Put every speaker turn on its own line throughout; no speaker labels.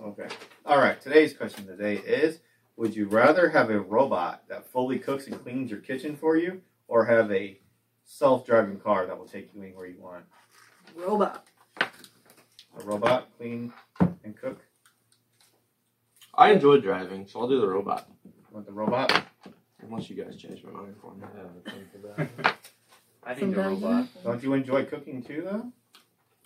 Okay. All right. Today's question today is Would you rather have a robot that fully cooks and cleans your kitchen for you or have a self driving car that will take you anywhere you want?
Robot.
A robot clean and cook?
I enjoy driving, so I'll do the robot.
You want the robot?
Unless you guys change my mind for me.
I
From
think the
Value.
robot.
Don't you enjoy cooking too, though?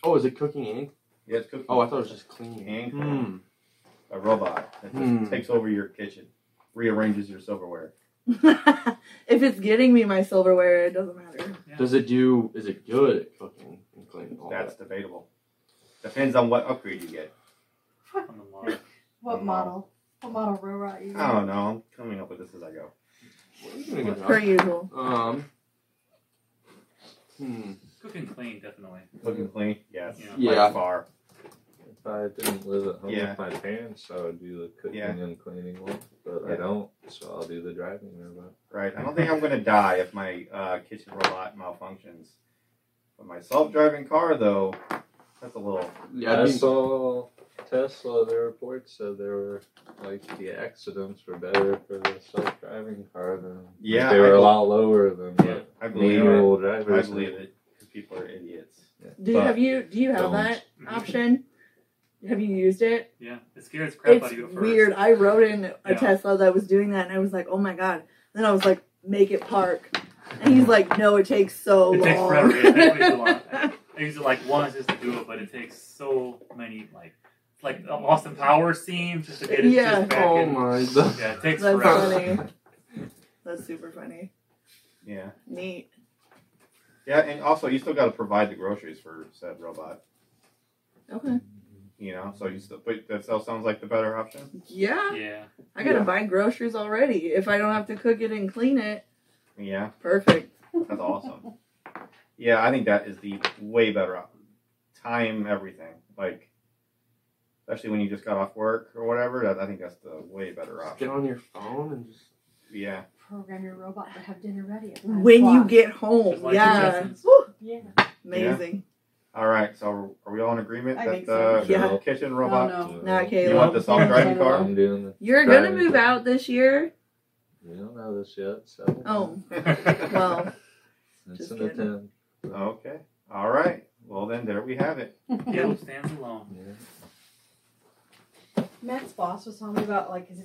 Oh, is it cooking and?
Yeah, it's cooking.
Oh, I thought it was just cleaning.
And cooking.
Hmm.
A robot that just
Hmm.
takes over your kitchen, rearranges your silverware.
if it's getting me my silverware, it doesn't matter.
Does it do? Is it good at cooking and cleaning? All
That's
that?
debatable. Depends on what upgrade you get.
On the mark.
What
Wow.
model? What model robot you
I don't know. I'm coming up with this as I go.
Well, you're doing a good job.
Per usual.
Um. Hmm.
Cook and clean, definitely.
Cook and clean? Yes.
Yeah.
By far.
If I didn't live at home
Yeah.
with my parents, I would do the cooking
Yeah.
and cleaning one, but
Yeah.
I don't, so I'll do the driving robot.
Right. I don't think I'm gonna die if my uh, kitchen robot malfunctions. But my self-driving car, though, that's a little.
Yeah.
I
I think,
saw Tesla. Their report said there were like the accidents were better for the self-driving car than like,
Yeah,
they were
I-
a lot lower than
Yeah.
the
I believe it.
manual
I
drivers.
believe it. 'cause people are idiots.
Do you
But
have you do you have
don't.
that option? Have you used it?
Yeah, it scares crap out
it's
of you at first.
weird. I rode in a
Yeah.
Tesla that was doing that, and I was like, oh my god. Then I was like, make it park, and he's like, no, it takes so
It
long.
takes forever, yeah, that takes a lot. I use it like once just to do it, but it takes so many like it's like an Austin Power scene just to get it
Yeah.
just back
oh
in.
my. God.
Yeah, it takes
That's
forever.
funny. That's super funny.
Yeah.
Neat.
Yeah, and also you still got to provide the groceries for said robot.
Okay.
You know, so you still. But that still sounds like the better option.
Yeah,
Yeah,
I gotta
Yeah.
buy groceries already. If I don't have to cook it and clean it,
Yeah,
perfect.
want?
that's awesome. Yeah, I think that is the way better option. Time everything, like especially when you just got off work or whatever. That, I think that's the way better
Get
option.
on your phone and just.
Yeah.
Program your robot to have dinner ready at five
When you
o'clock.
get home,
Just like your
yeah,
cousins.
Woo,
yeah.
amazing.
All right, so are we all in agreement
I
that
think
the
so. Yeah.
kitchen robot?
Oh, no.
Not
okay.
Caleb.
You want the self-driving car?
I'm doing the.
You're gonna
driving
move
car.
out this year.
We don't know this yet, so
Oh, well,
it's
just
in the
kidding.
ten.
okay. All right. Well, then there we have it.
Caleb stands alone.
Yeah.
Matt's boss was telling me about like his